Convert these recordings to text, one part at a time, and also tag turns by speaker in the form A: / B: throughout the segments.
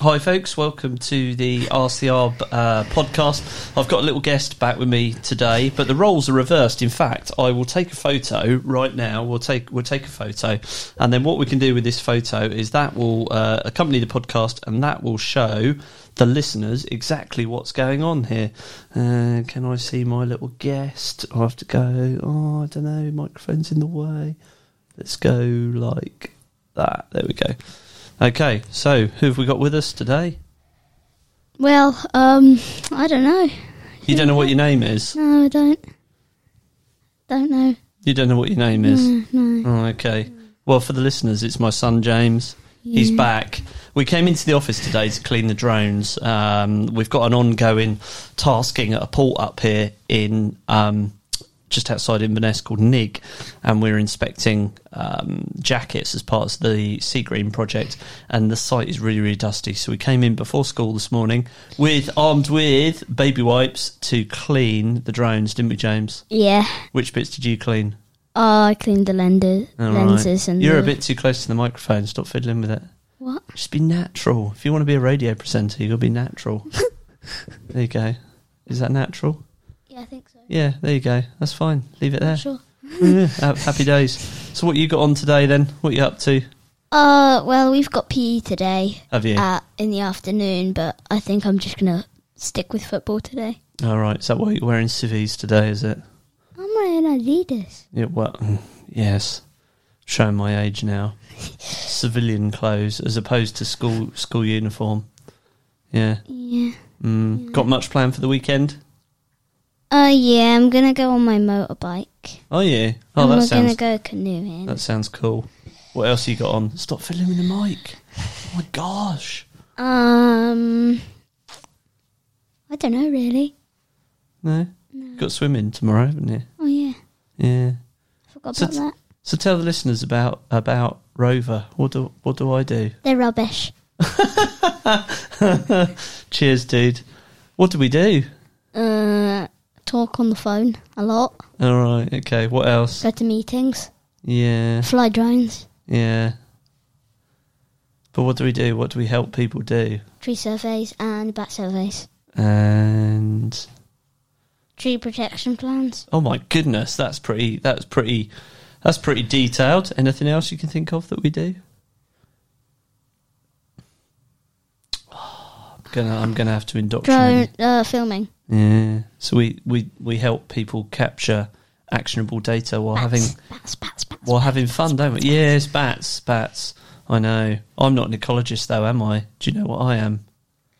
A: Hi, folks. Welcome to the RCR uh, podcast. I've got a little guest back with me today, but the roles are reversed. In fact, I will take a photo right now. We'll take we'll take a photo, and then what we can do with this photo is that will uh, accompany the podcast, and that will show the listeners exactly what's going on here. Uh, can I see my little guest? I have to go. Oh, I don't know. Microphone's in the way. Let's go like that. There we go. Okay, so who have we got with us today?
B: Well, um, I don't know.
A: You don't know what your name is.
B: No, I don't. Don't know.
A: You don't know what your name is.
B: No, no.
A: Oh, okay. Well, for the listeners, it's my son James. He's
B: Yeah.
A: back. We came into the office today to clean the drones. Um, we've got an ongoing tasking at a port up here in um, just outside Inverness called Nig, and we're inspecting um, jackets as part of the Sea Green project. And the site is really, really dusty. So we came in before school this morning with armed with baby wipes to clean the drones, didn't we, James?
B: Yeah, Oh,
A: Which bits did you clean?
B: I cleaned the lender,
A: All right.
B: lenses and
A: You're a
B: the-
A: bit too close to the microphone. Stop fiddling with it.
B: What?
A: Just be natural. If you want to be a radio presenter, you got to be natural. there you go. Is that natural?
B: Yeah, I think so.
A: Yeah, there you go. That's fine. Leave it there.
B: Sure.
A: Yeah, ha- Happy days. So, what you got on today then? What you up to?
B: Uh, well, we've got PE today
A: Have you?
B: uh, in the afternoon, but I think I'm just gonna stick with football today.
A: All right. Is that why you're wearing civies today? Is it?
B: I'm wearing Adidas.
A: Yeah. Well, mm, yes. Showing my age now. Civilian clothes as opposed to school school uniform. Yeah.
B: Yeah.
A: Mm. Got much planned for the weekend?
B: Uh, yeah, I'm gonna go on my motorbike.
A: Oh yeah. Oh,
B: and
A: that
B: we're
A: sounds
B: gonna go canoeing.
A: That sounds cool. What else you got on? Stop fiddling with the mic. Oh my gosh.
B: Um, I don't know really.
A: No? Got swimming tomorrow, haven't you?
B: Oh yeah,
A: Yeah.
B: I forgot
A: So
B: about
A: t-
B: that.
A: So tell the listeners about about Rover. What do what do I do?
B: They're rubbish.
A: Cheers, dude. What do we do?
B: Uh, talk on the phone a lot.
A: All right. Okay. What else?
B: Go to meetings.
A: Yeah.
B: Fly drones.
A: Yeah. But what do we do? What do we help people do?
B: Tree surveys and bat surveys.
A: And
B: Tree protection plans.
A: oh my goodness, that's pretty. That's pretty. That's pretty detailed. Anything else you can think of that we do? Oh, I'm gonna. I'm gonna have to
B: Drone
A: indoctrinate.
B: uh, filming.
A: you. Yeah. So we we we help people capture actionable data while
B: Bats,
A: having
B: bats, bats, bats.
A: while having fun, don't we? Yes, bats, bats. I know. I'm not an ecologist though, am I? Do you know what I am?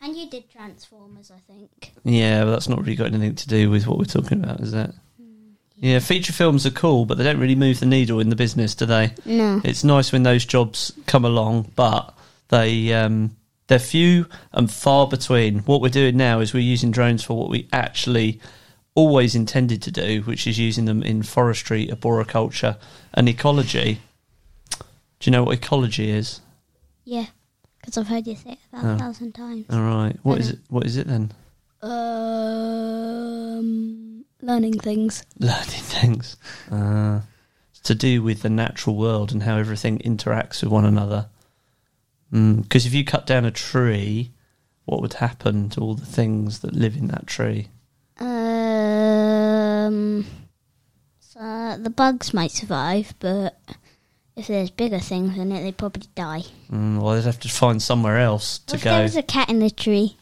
B: And you did Transformers, I think.
A: Yeah, but that's not really got anything to do with what we're talking about, is it? Yeah, feature films are cool, but they don't really move the needle in the business, do they?
B: No.
A: It's nice when those jobs come along, but they um, they're few and far between. What we're doing now is we're using drones for what we actually always intended to do, which is using them in forestry, arboriculture, and ecology. Do you know what ecology is?
B: Yeah, because I've heard you say it about
A: Oh.
B: a thousand times.
A: All right, what is
B: Okay.
A: it? What is it then?
B: Um, learning things.
A: Learning things. Uh, it's to do with the natural world and how everything interacts with one another. Because if you cut down a tree, what would happen to all the things that live in that tree?
B: Um, so the bugs might survive, but if there's bigger things in it, they probably die.
A: Mm, well, they'd have to find somewhere else to
B: What if
A: go.
B: there was a cat in the tree?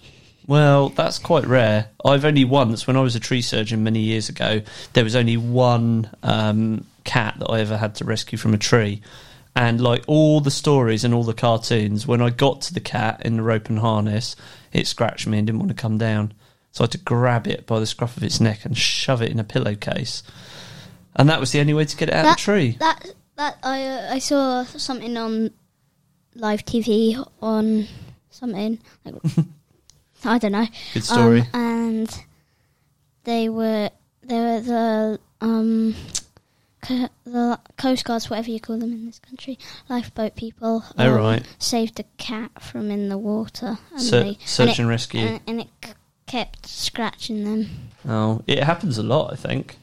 A: Well, that's quite rare. I've only once, when I was a tree surgeon many years ago, there was only one um, cat that I ever had to rescue from a tree. And like all the stories and all the cartoons, when I got to the cat in the rope and harness, it scratched me and didn't want to come down. So I had to grab it by the scruff of its neck and shove it in a pillowcase. And that was the only way to get it out of
B: That-
A: the tree.
B: That that I uh, I saw something on live TV on something like I don't know.
A: Good story.
B: Um, and they were they were the um co- the coast guards, whatever you call them in this country, lifeboat people.
A: All
B: um,
A: right.
B: Saved a cat from in the water, and
A: Ser-
B: they
A: search
B: and it,
A: and rescue.
B: and, and it c- kept scratching them.
A: oh, it happens a lot, I think.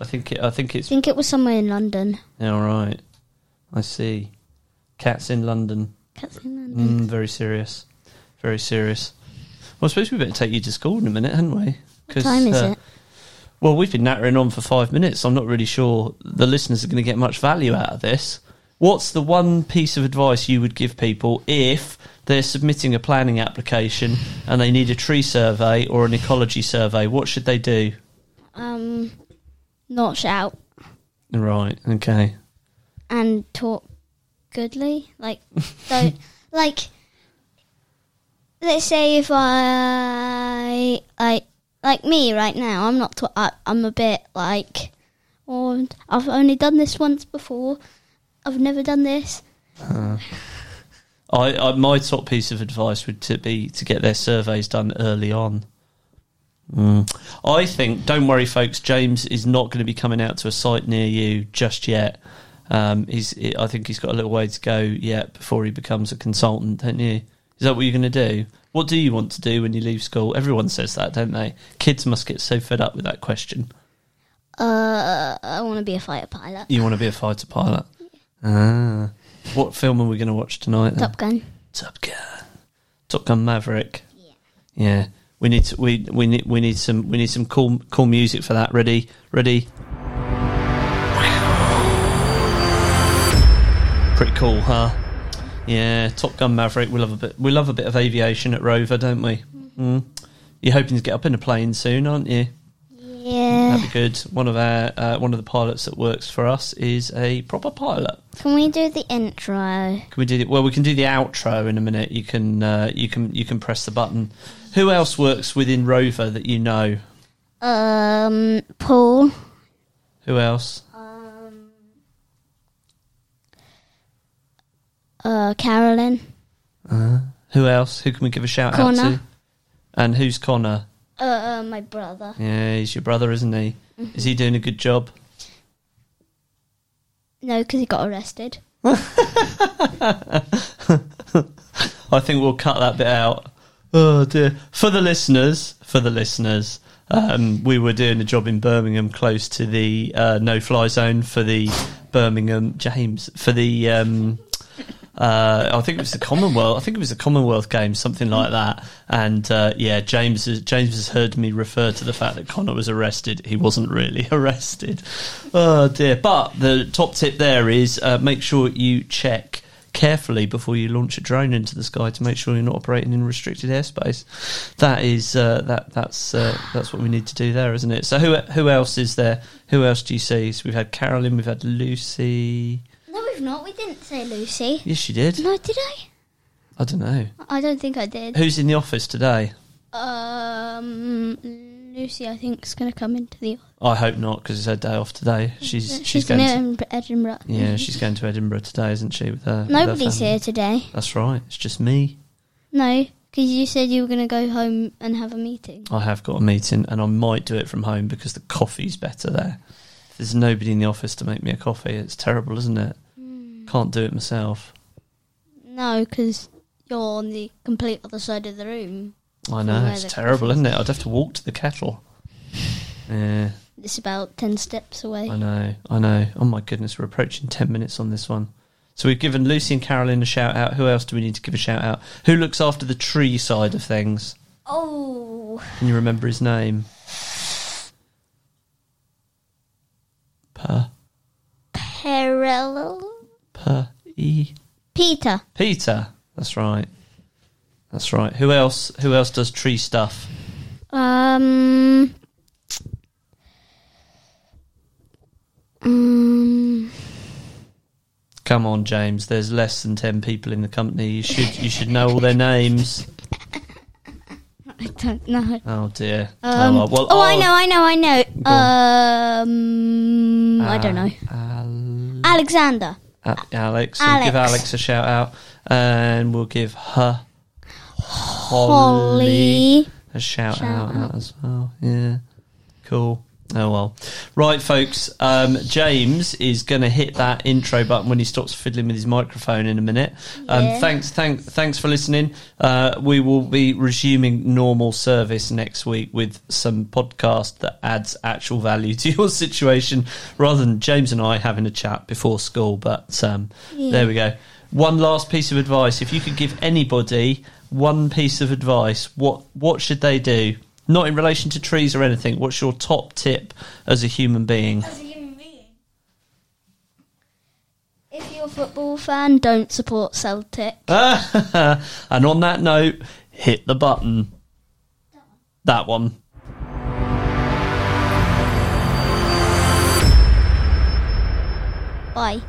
A: I think it, I think it's
B: I think it was somewhere in London.
A: All right, I see. Cats in London.
B: Cats in London.
A: Mm, very serious. Very serious. Well, I suppose we better take you to school in a minute, hadn't we?
B: What time is
A: uh,
B: it?
A: Well, we've been nattering on for five minutes. I'm not really sure the listeners are going to get much value out of this. What's the one piece of advice you would give people if they're submitting a planning application and they need a tree survey or an ecology survey? What should they do?
B: Um, not shout
A: Right, okay.
B: and talk goodly. Like, don't like. Let's say if I like like me right now, I'm not. T- I, I'm a bit like, or I've only done this once before. I've never done this.
A: I, I my top piece of advice would to be to get their surveys done early on. Mm. I think don't worry, folks. James is not going to be coming out to a site near you just yet. Um, he's I think he's got a little way to go yet before he becomes a consultant. Don't you? Is that what you're going to do? What do you want to do when you leave school? Everyone says that, don't they? Kids must get so fed up with that question.
B: Uh, I want to be a fighter pilot.
A: You want to be a fighter pilot? Ah. What film are we going to watch tonight? Then?
B: Top Gun.
A: Top Gun, Top Gun Maverick. Yeah, We need to, we we need we need some we need some cool cool music for that. Ready, ready. Pretty cool, huh? Yeah, Top Gun Maverick. We love a bit. We love a bit of aviation at Rover, don't we? Mm. You're hoping to get up in a plane soon, aren't you?
B: Yeah.
A: That'd be good. One of our uh, one of the pilots that works for us is a proper pilot.
B: Can we do the intro?
A: Can we do the, well? We can do the outro in a minute. You can uh, you can you can press the button. Who else works within Rover that you know?
B: Um, Paul.
A: Who else?
B: Um, uh, Carolyn.
A: Who else? Who can we give a shout out to?
B: Connor.
A: And who's Connor?
B: Uh, my brother.
A: Yeah, he's your brother, isn't he? Is he doing a good job?
B: No, because he got arrested.
A: I think we'll cut that bit out. Oh dear! For the listeners, for the listeners, um, we were doing a job in Birmingham, close to the uh, no-fly zone for the Birmingham James for the. Um, uh, I think it was the Commonwealth. I think it was the Commonwealth Games, something like that. And uh, yeah, James has, James has heard me refer to the fact that Connor was arrested. He wasn't really arrested. Oh dear! But the top tip there is uh, make sure you check carefully before you launch a drone into the sky to make sure you're not operating in restricted airspace. That is uh, that that's uh, that's what we need to do there, isn't it? So who who else is there? Who else do you see? So we've had Carolyn, we've had Lucy.
B: No, we've not. We didn't say Lucy.
A: Yes, she did.
B: No, did I?
A: I don't know
B: I don't think I did.
A: who's in the office today.
B: Um, Lucy, I think, is going to come into the. Uh,
A: I hope not because it's her day off today. She's she's,
B: she's
A: going
B: near
A: to,
B: Edinburgh- Edinburgh.
A: yeah she's going to Edinburgh today, isn't she? With her with her
B: Nobody's
A: family?
B: here today.
A: That's right. It's just me.
B: No, because you said you were going to go home and have a meeting.
A: I have got a meeting and I might do it from home because the coffee's better there. There's nobody in the office to make me a coffee. It's terrible, isn't it? Can't do it myself.
B: Hmm. No, because you're on the complete other side of the room.
A: I know,
B: where
A: it's
B: the
A: terrible, isn't it? I'd have to walk to the kettle. Yeah,
B: It's about 10 steps away.
A: I know, I know. Oh my goodness, we're approaching 10 minutes on this one. So we've given Lucy and Carolyn a shout out. Who else do we need to give a shout out? Who looks after the tree side of things?
B: Oh,
A: Can you remember his name? Per,
B: parallel.
A: per, e.
B: Peter.
A: Peter. That's right. That's right. Who else? Who else does tree stuff?
B: Um. Um.
A: Come on, James. There's less than ten people in the company. You should you should know all their names.
B: I don't know.
A: Oh dear.
B: Um,
A: oh, well,
B: oh, I
A: I'll-
B: know, I know, I know.
A: Go Ah.
B: Um, I don't know.
A: Uh, Al-
B: Alexander.
A: A- Alex. We'll give
B: Alex.
A: Alex a shout out, and we'll give her
B: Holly.
A: a shout,
B: Shout
A: out, as well. Yeah, cool. Oh well, right, folks. Um, James is going to hit that intro button when he stops fiddling with his microphone in a minute. Um,
B: Yeah.
A: Thanks, thank, thanks for listening. Uh, we will be resuming normal service next week with some podcast that adds actual value to your situation, rather than James and I having a chat before school. But um, there we go. One last piece of advice: if you could give anybody one piece of advice, what what should they do? Not in relation to trees or anything. What's your top tip as a human being?
C: As a human being.
B: If you're a football fan, don't support Celtic.
A: and on that note, hit the button. That one.
B: Bye.